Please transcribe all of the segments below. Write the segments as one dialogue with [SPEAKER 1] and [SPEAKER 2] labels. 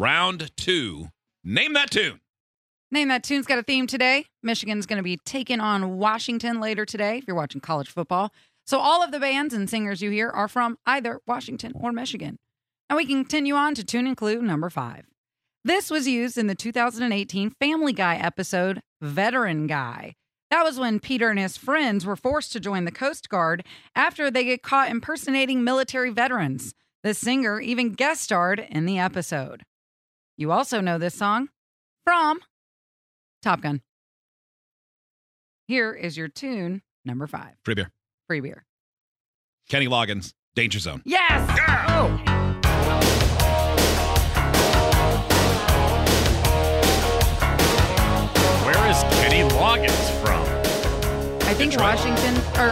[SPEAKER 1] Round two. Name that tune.
[SPEAKER 2] Name that tune's got a theme today. Michigan's going to be taking on Washington later today if you're watching college football. So, all of the bands and singers you hear are from either Washington or Michigan. And we continue on to Tune and Clue number five. This was used in the 2018 Family Guy episode, Veteran Guy. That was when Peter and his friends were forced to join the Coast Guard after they get caught impersonating military veterans. The singer even guest starred in the episode. You also know this song from Top Gun. Here is your tune number five
[SPEAKER 1] Free beer.
[SPEAKER 2] Free Beer.
[SPEAKER 1] Kenny Loggins, Danger Zone.
[SPEAKER 2] Yes! Oh!
[SPEAKER 3] Where is Kenny Loggins from?
[SPEAKER 2] I think Washington, or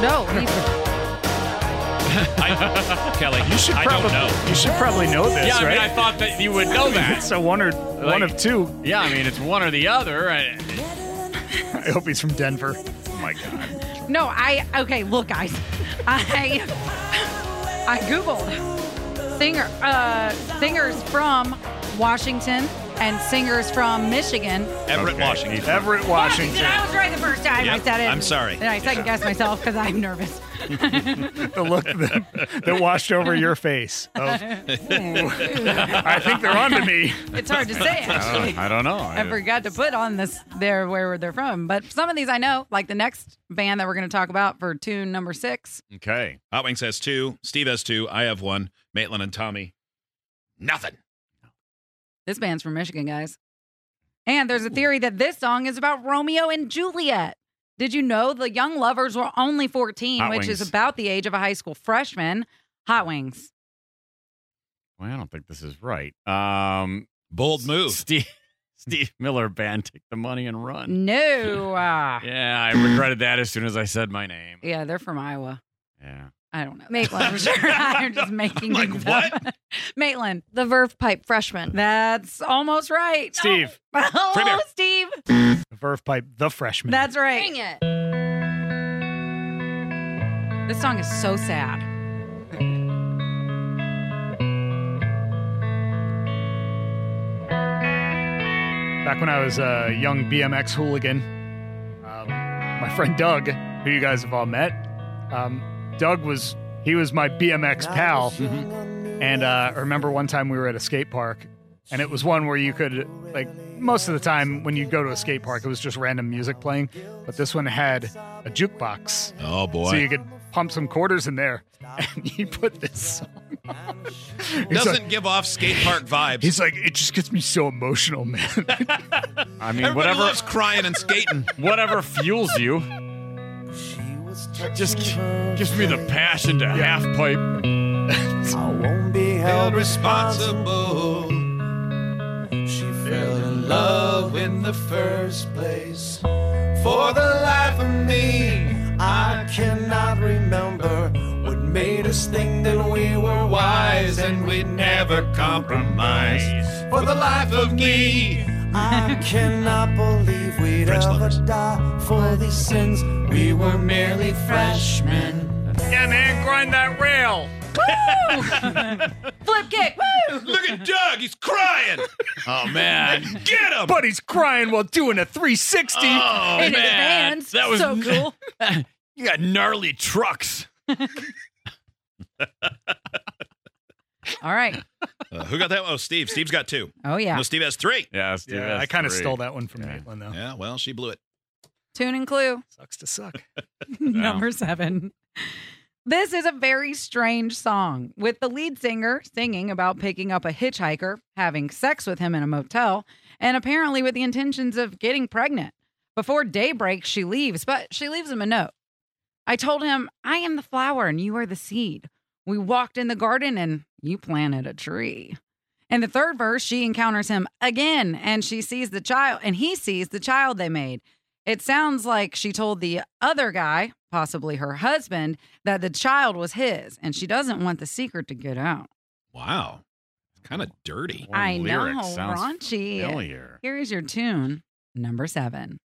[SPEAKER 2] no, he-
[SPEAKER 1] I, Oh, Kelly,
[SPEAKER 3] You should
[SPEAKER 1] I
[SPEAKER 3] probably
[SPEAKER 1] don't know.
[SPEAKER 3] you should probably know this,
[SPEAKER 1] Yeah, I
[SPEAKER 3] right?
[SPEAKER 1] mean, I thought that you would know that.
[SPEAKER 3] it's a one or one Like- of two.
[SPEAKER 4] Yeah, I mean, it's one or the other. I,
[SPEAKER 3] I hope he's from Denver. Oh my God.
[SPEAKER 2] no, I, okay, look, guys. I, I Googled singer, uh, singers from Washington and singers from Michigan.
[SPEAKER 1] Everett,
[SPEAKER 3] Okay.
[SPEAKER 1] Washington.
[SPEAKER 3] Everett,
[SPEAKER 2] Washington.
[SPEAKER 3] Washington.
[SPEAKER 2] I was right the first time I
[SPEAKER 1] Yep,
[SPEAKER 2] said it.
[SPEAKER 1] I'm sorry.
[SPEAKER 2] Then I second guessed myself because I'm nervous.
[SPEAKER 3] the look that, that washed over your face. of, I think they're onto me.
[SPEAKER 2] It's hard to say,
[SPEAKER 1] Oh.
[SPEAKER 2] actually.
[SPEAKER 4] I don't know.
[SPEAKER 2] I forgot to put on this there where they're from, but some of these I know, like the next band that we're going to talk about for tune number six.
[SPEAKER 4] okay.
[SPEAKER 1] Hot Wings has two. Steve has two. I have one. Maitland and Tommy, nothing.
[SPEAKER 2] This band's from Michigan, guys. And there's a theory that this song is about Romeo and Juliet. Did you know the young lovers were only 14,
[SPEAKER 4] Hot
[SPEAKER 2] which is
[SPEAKER 4] Wings.
[SPEAKER 2] about the age of a high school freshman? Hot Wings.
[SPEAKER 4] Well, I don't think this is right. Um,
[SPEAKER 1] Bold move.
[SPEAKER 4] Steve, Steve Miller Band, take the money and
[SPEAKER 3] Uh,
[SPEAKER 4] run.
[SPEAKER 2] No. ah.
[SPEAKER 4] Yeah, I regretted that as soon as I said my name.
[SPEAKER 2] yeah, they're from Iowa.
[SPEAKER 4] Yeah.
[SPEAKER 2] I don't know. Maitland. I'm sure. I'm just making
[SPEAKER 1] Like
[SPEAKER 2] things up. Maitland.
[SPEAKER 5] The Verve Pipe freshman.
[SPEAKER 2] That's almost right.
[SPEAKER 3] Steve,
[SPEAKER 1] Free beer.
[SPEAKER 2] Hello, Steve.
[SPEAKER 3] Verve Pipe, the freshman.
[SPEAKER 2] That's right.
[SPEAKER 5] Dang it.
[SPEAKER 2] This song is so sad.
[SPEAKER 3] back when I was a young BMX hooligan. Um, my friend Doug, who you guys have all met, um, Doug was he was my BMX pal. And uh, I remember one time we were at a skate park, and it was one where you could like most of the time when you go to a skate park, it was just random music playing, but this one had a jukebox.
[SPEAKER 1] Oh boy.
[SPEAKER 3] So you could pump some quarters in there, and he put this song. on. He's
[SPEAKER 1] Doesn't
[SPEAKER 3] like,
[SPEAKER 1] give off skate park vibes.
[SPEAKER 3] he's like, it just gets me so emotional, man.
[SPEAKER 4] I mean,
[SPEAKER 1] Everybody
[SPEAKER 4] whatever
[SPEAKER 1] loves crying and skating.
[SPEAKER 4] whatever fuels you. Just g- gives me the passion to half pipe.
[SPEAKER 6] I won't be held
[SPEAKER 1] Held
[SPEAKER 6] responsible.
[SPEAKER 1] responsible.
[SPEAKER 6] She fell in love in the first place. For the life of me, I cannot remember what made us think that we were wise and we'd never compromise. For the life of me, I cannot believe we'd
[SPEAKER 1] French
[SPEAKER 6] ever
[SPEAKER 1] lovers.
[SPEAKER 6] die for these sins. We were merely freshmen.
[SPEAKER 4] Yeah, man, grind that rail.
[SPEAKER 2] Flip kick. Woo!
[SPEAKER 1] Look at Doug. He's crying.
[SPEAKER 4] Oh man.
[SPEAKER 1] Get him.
[SPEAKER 3] but he's crying while doing a 360.
[SPEAKER 4] Oh
[SPEAKER 2] In
[SPEAKER 4] man.
[SPEAKER 2] advance. so cool.
[SPEAKER 4] You got gnarly trucks.
[SPEAKER 2] All right.
[SPEAKER 1] Uh, who got that one? Oh, Steve. Steve's got two.
[SPEAKER 2] Oh yeah.
[SPEAKER 1] No, Steve has three.
[SPEAKER 4] Yeah, Steve,
[SPEAKER 3] yeah,
[SPEAKER 4] that's
[SPEAKER 3] I kind of
[SPEAKER 4] three.
[SPEAKER 3] stole that one from
[SPEAKER 4] Yeah.
[SPEAKER 3] Maitland, though.
[SPEAKER 1] Yeah, well, she blew it.
[SPEAKER 2] Tune and clue
[SPEAKER 3] Sucks to suck.
[SPEAKER 2] number seven. This is a very strange song with the lead singer singing about picking up a hitchhiker, having sex with him in a motel, and apparently with the intentions of getting pregnant. Before daybreak, she leaves, but she leaves him a note. I told him, I am the flower and you are the seed. We walked in the garden and you planted a tree. In the third verse, she encounters him again and she sees the child and he sees the child they made. It sounds like she told the other guy, possibly her husband, that the child was his and she doesn't want the secret to get out.
[SPEAKER 1] Wow. Kind of dirty.
[SPEAKER 4] One
[SPEAKER 2] I
[SPEAKER 4] lyric
[SPEAKER 2] know,
[SPEAKER 4] sounds
[SPEAKER 2] raunchy.
[SPEAKER 4] Familiar.
[SPEAKER 2] Here is your tune, number seven.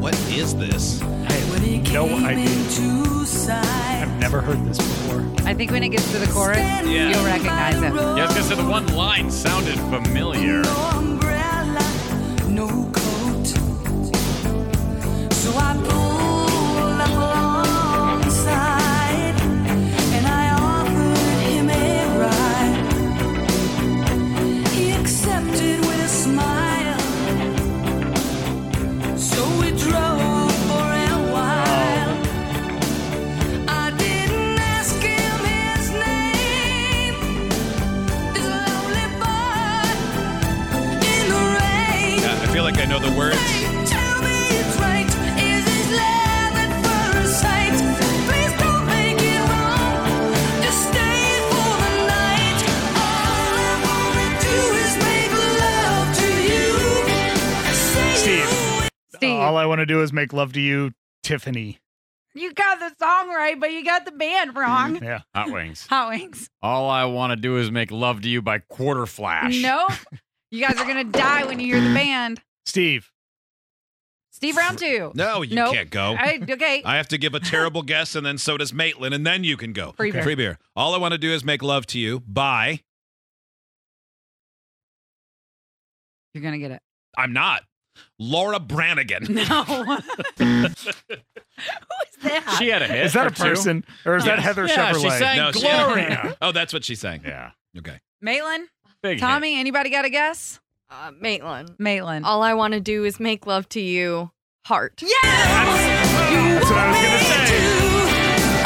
[SPEAKER 1] What is this?
[SPEAKER 3] No idea. I've never heard this before.
[SPEAKER 2] I think when it gets to the chorus,
[SPEAKER 4] Yeah.
[SPEAKER 2] you'll recognize it.
[SPEAKER 4] Yeah, I was gonna say the one line sounded familiar.
[SPEAKER 5] So we drove for a while. I didn't ask him his name. This lonely boy in the rain.
[SPEAKER 1] Yeah, I feel like I know the words.
[SPEAKER 5] Tell me it's right. Is this love at first sight? Please don't make it wrong. Just stay for the night. All I wanna do is make love to you. Say
[SPEAKER 3] Steve.
[SPEAKER 5] you
[SPEAKER 2] Steve,
[SPEAKER 3] All
[SPEAKER 4] uh,
[SPEAKER 3] I want to do is make love to you, Tiffany.
[SPEAKER 2] you got the song right, but you got the band wrong.
[SPEAKER 3] Yeah.
[SPEAKER 4] Hot wings.
[SPEAKER 2] Hot Wings.
[SPEAKER 4] All I want to do is make love to you by Quarter Flash.
[SPEAKER 2] Nope. you guys are going to die when you hear the band.
[SPEAKER 3] Steve.
[SPEAKER 2] Steve, round two.
[SPEAKER 1] No, you
[SPEAKER 2] Nope.
[SPEAKER 1] can't go. I,
[SPEAKER 2] I, okay.
[SPEAKER 1] have to give a terrible guess, and then so does Maitland, and then you can go.
[SPEAKER 2] Free beer.
[SPEAKER 1] Free beer. All I want to do is make love to you. Bye.
[SPEAKER 2] You're going to get it.
[SPEAKER 1] I'm not. Laura Branigan.
[SPEAKER 2] No. Who is that?
[SPEAKER 4] She had a hit.
[SPEAKER 3] Is that
[SPEAKER 4] or
[SPEAKER 3] a person? Or is that
[SPEAKER 4] Eh, Yes.
[SPEAKER 3] Heather
[SPEAKER 4] yeah,
[SPEAKER 3] Chevrolet?
[SPEAKER 4] She sang
[SPEAKER 1] No, she-
[SPEAKER 4] Gloria.
[SPEAKER 1] oh, that's what she's saying.
[SPEAKER 4] yeah.
[SPEAKER 1] Okay.
[SPEAKER 2] Maitland?
[SPEAKER 4] Big hit.
[SPEAKER 2] Tommy, anybody got a guess?
[SPEAKER 7] Uh, Maitland.
[SPEAKER 2] Maitland.
[SPEAKER 7] All I want to do is make love to you, heart. Yeah.
[SPEAKER 3] That's what I was going to say.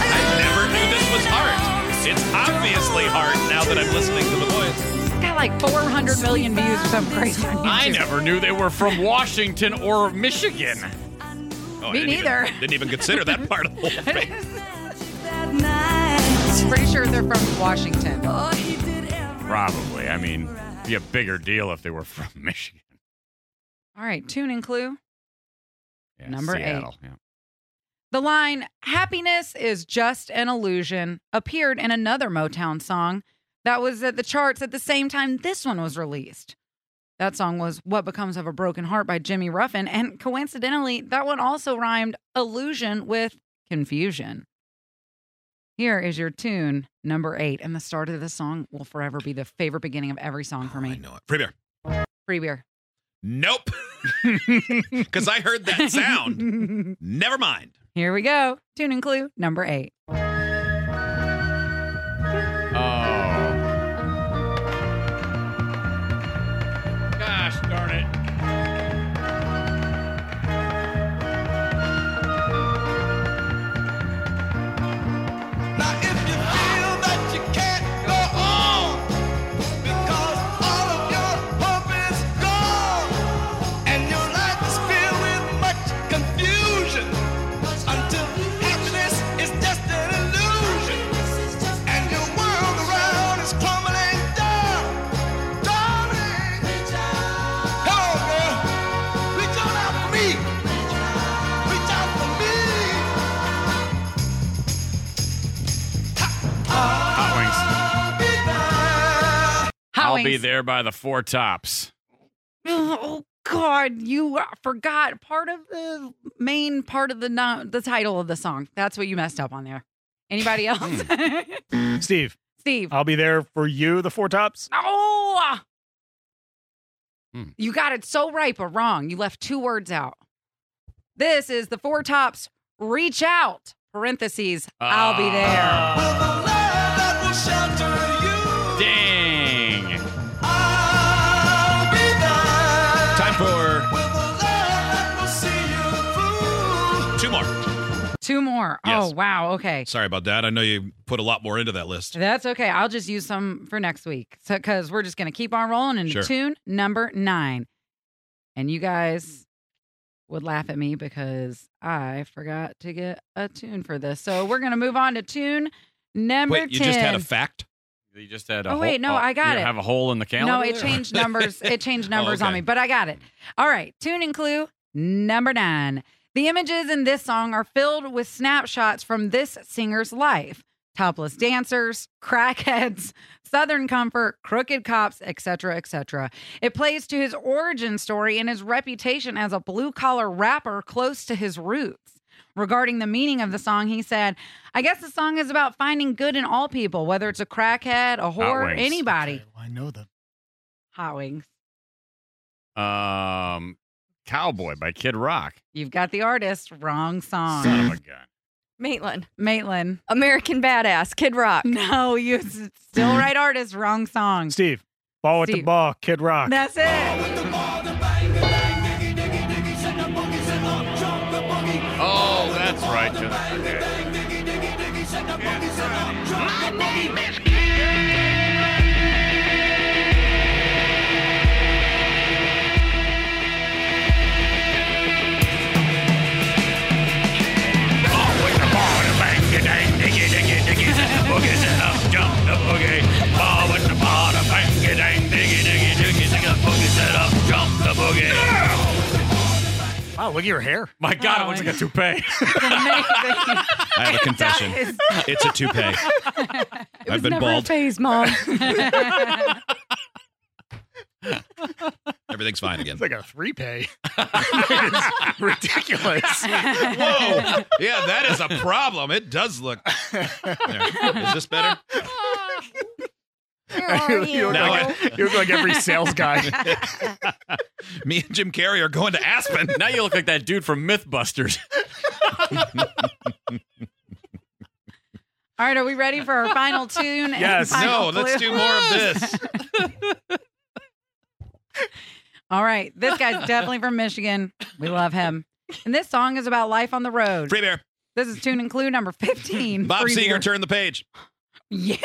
[SPEAKER 1] I never knew this was Heart. It's obviously Heart now that I'm listening to the voice.
[SPEAKER 2] got like 400 million views or something crazy. on
[SPEAKER 4] I
[SPEAKER 2] YouTube.
[SPEAKER 4] never knew they were from Washington or Michigan.
[SPEAKER 1] Oh, I
[SPEAKER 2] Me
[SPEAKER 1] didn't even-
[SPEAKER 2] neither.
[SPEAKER 1] didn't even consider that part of the whole thing.
[SPEAKER 5] that night.
[SPEAKER 2] Pretty sure they're from Washington.
[SPEAKER 5] Oh, he did everything.
[SPEAKER 4] Probably. I mean, be a bigger deal if they were from Michigan.
[SPEAKER 2] All right, tune and clue.
[SPEAKER 4] Yeah,
[SPEAKER 2] Number eight.
[SPEAKER 4] Seattle. Yeah.
[SPEAKER 2] The line, happiness is just an illusion, appeared in another Motown song that was at the charts at the same time this one was released. That song was What Becomes of a Broken Heart by Jimmy Ruffin. And coincidentally, that one also rhymed illusion with confusion. Here is your tune, number eight. And the start of this song will forever be the favorite beginning of every song
[SPEAKER 1] I
[SPEAKER 2] for
[SPEAKER 4] Oh,
[SPEAKER 2] me.
[SPEAKER 1] know it. Free beer.
[SPEAKER 2] Free beer.
[SPEAKER 1] Nope. Because I heard that sound. Never mind.
[SPEAKER 2] Here we go. Tune and clue, number eight.
[SPEAKER 4] Oh. Gosh darn it.
[SPEAKER 6] Now if you feel that you can't go on because all of your hope is gone and your life is filled with much confusion until happiness is just an illusion and your world around is crumbling down, darling. Come on, girl, reach on out for me, reach out for me.
[SPEAKER 4] Hot wings.
[SPEAKER 2] Hot
[SPEAKER 4] I'll
[SPEAKER 2] Wings.
[SPEAKER 4] be there by the four tops.
[SPEAKER 2] Oh God, you uh, forgot part of the main part of the no- the title of the song. That's what you messed up on there. Anybody else?
[SPEAKER 3] Steve,
[SPEAKER 2] Steve.
[SPEAKER 3] I'll be there for you, the Four Tops.
[SPEAKER 2] Oh.
[SPEAKER 4] Hmm.
[SPEAKER 2] You got it so right but wrong. You left two words out. This is the Four Tops. Reach out. Parentheses. I'll be there.
[SPEAKER 4] Dang.
[SPEAKER 1] Time for Two more.
[SPEAKER 2] Two more. Oh,
[SPEAKER 1] Yes.
[SPEAKER 2] wow. Okay.
[SPEAKER 1] Sorry about that. I know you put a lot more into that list.
[SPEAKER 2] That's okay. I'll just use some for next week because we're just going to keep on rolling into
[SPEAKER 1] Sure.
[SPEAKER 2] tune number nine. And you guys would laugh at me because I forgot to get a tune for this. So we're going to move on to tune number
[SPEAKER 1] Wait,
[SPEAKER 2] 10.
[SPEAKER 1] you just had a fact?
[SPEAKER 4] You just had a
[SPEAKER 2] Oh, wait,
[SPEAKER 4] hole-
[SPEAKER 2] no, I got
[SPEAKER 4] you
[SPEAKER 2] it.
[SPEAKER 4] Have a hole in the calendar. Oh,
[SPEAKER 2] No, it
[SPEAKER 4] there?
[SPEAKER 2] changed numbers. It changed numbers on
[SPEAKER 1] okay.
[SPEAKER 2] me, but I got it. All right. Tune and clue number nine. The images in this song are filled with snapshots from this singer's life topless dancers, crackheads, southern comfort, crooked cops, etc., etc. It plays to his origin story and his reputation as a blue collar rapper close to his roots. Regarding the meaning of the song, he said, I guess the song is about finding good in all people, whether it's a crackhead, a whore,
[SPEAKER 4] wings.
[SPEAKER 2] anybody.
[SPEAKER 3] Okay, well, I know them.
[SPEAKER 2] Hot wings.
[SPEAKER 4] Um, Cowboy by Kid Rock.
[SPEAKER 2] You've got the artist. Wrong song.
[SPEAKER 4] Son of a gun.
[SPEAKER 7] Maitland.
[SPEAKER 2] Maitland.
[SPEAKER 7] American Badass. Kid Rock.
[SPEAKER 2] No, you s- still right artist. Wrong song.
[SPEAKER 3] Steve, ball with the
[SPEAKER 2] Steve.
[SPEAKER 3] ball, Kid Rock.
[SPEAKER 2] That's it.
[SPEAKER 4] Oh, that's right. Justin. Okay.
[SPEAKER 3] Wow, look at your hair.
[SPEAKER 4] My
[SPEAKER 2] Oh,
[SPEAKER 4] God, it looks like a toupee.
[SPEAKER 2] Amazing.
[SPEAKER 1] I have a confession. It's a toupee. I've been bald.
[SPEAKER 7] phase, Mom.
[SPEAKER 1] Everything's fine again.
[SPEAKER 3] It's like a three pay. it's ridiculous.
[SPEAKER 1] Whoa. Yeah, that is a problem. It does look. There. Is this better?
[SPEAKER 7] Where are
[SPEAKER 3] you,
[SPEAKER 7] you?
[SPEAKER 3] look
[SPEAKER 1] Now
[SPEAKER 3] like, you look like every sales guy.
[SPEAKER 1] Me and Jim Carrey are going to Aspen.
[SPEAKER 4] now you look like that dude from MythBusters.
[SPEAKER 2] All right, are we ready for our final tune? and
[SPEAKER 3] Yes.
[SPEAKER 2] final
[SPEAKER 1] No, let's
[SPEAKER 2] clue?
[SPEAKER 1] do more of this.
[SPEAKER 2] All right, this guy's definitely from Michigan. We love him. And this song is about life on the road.
[SPEAKER 1] Free beer.
[SPEAKER 2] This is tune and clue number 15.
[SPEAKER 1] Bob
[SPEAKER 2] Free beer.
[SPEAKER 1] Seger, turn the page.
[SPEAKER 2] Yeah.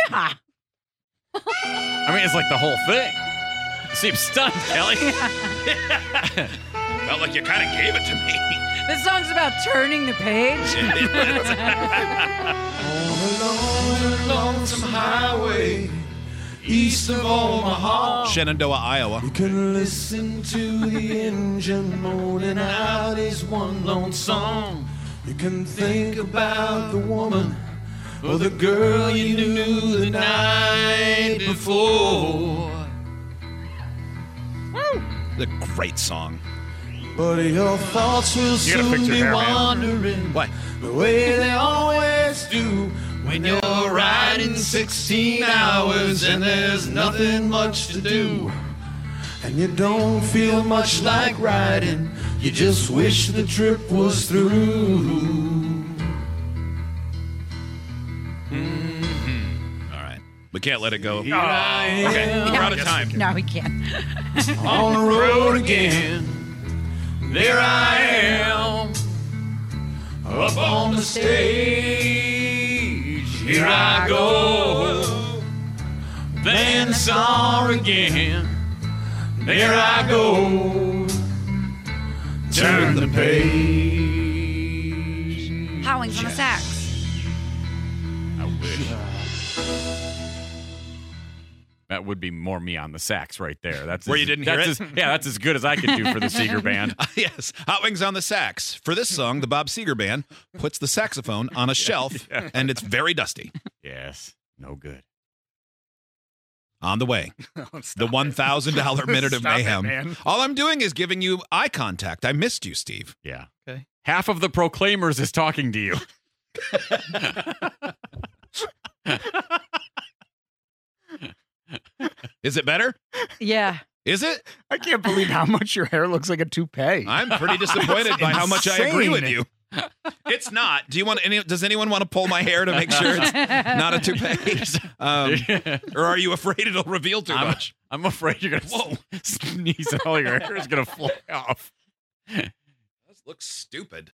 [SPEAKER 4] I mean, it's like the whole thing. You seem stunned, Kelly.
[SPEAKER 1] Felt like you kind of gave it to me.
[SPEAKER 2] This song's about turning the page.
[SPEAKER 6] On a lonesome highway, east of Omaha.
[SPEAKER 1] Shenandoah, Iowa.
[SPEAKER 6] You can listen to the engine moaning out his one lone song. You can think about the woman or the girl you knew the night before.
[SPEAKER 1] The great song.
[SPEAKER 6] But your thoughts will
[SPEAKER 3] gotta
[SPEAKER 6] soon
[SPEAKER 3] fix your
[SPEAKER 6] be
[SPEAKER 3] hair, man.
[SPEAKER 6] wandering
[SPEAKER 1] What?
[SPEAKER 6] the way they always do when you're riding 16 hours and there's nothing much to do. And you don't feel much like riding, you just wish the trip was through.
[SPEAKER 1] All right. We can't let it go.
[SPEAKER 3] Oh,
[SPEAKER 1] Okay. We're out of time.
[SPEAKER 2] No, we can't.
[SPEAKER 6] on the road again. There I am, up on the stage. Here I go, playing the song again. There I go, turn the page.
[SPEAKER 2] Howling's on the sax.
[SPEAKER 4] I wish. That would be more me on the sax right there. That's
[SPEAKER 1] Where
[SPEAKER 4] as-
[SPEAKER 1] you didn't hear
[SPEAKER 4] that's
[SPEAKER 1] it?
[SPEAKER 4] as- yeah, that's as good as I could do for the Seeger band.
[SPEAKER 1] yes. Hot Wings on the Sax. For this song, the Bob Seger Band puts the saxophone on a shelf, and it's very dusty.
[SPEAKER 4] Yes, no good.
[SPEAKER 1] On the way, the
[SPEAKER 3] Oh, stop it.
[SPEAKER 1] $1,000 minute of
[SPEAKER 3] Stop it,
[SPEAKER 1] mayhem.
[SPEAKER 3] man.
[SPEAKER 1] All I'm doing is giving you eye contact. I missed you, Steve.
[SPEAKER 4] Yeah.
[SPEAKER 1] Okay.
[SPEAKER 4] Half of the Proclaimers is talking to you.
[SPEAKER 1] Is it better?
[SPEAKER 2] Yeah.
[SPEAKER 1] Is it?
[SPEAKER 3] I can't believe how much your hair looks like a toupee.
[SPEAKER 1] I'm pretty disappointed by how much I agree
[SPEAKER 3] insane.
[SPEAKER 1] with you. It's not. Do you want any? Does anyone want to pull my hair to make sure it's not a toupee? Um, or are you afraid it'll reveal too
[SPEAKER 4] I'm,
[SPEAKER 1] much?
[SPEAKER 4] I'm afraid you're gonna
[SPEAKER 1] Whoa.
[SPEAKER 4] sneeze and all your hair is gonna fly off.
[SPEAKER 1] This looks stupid.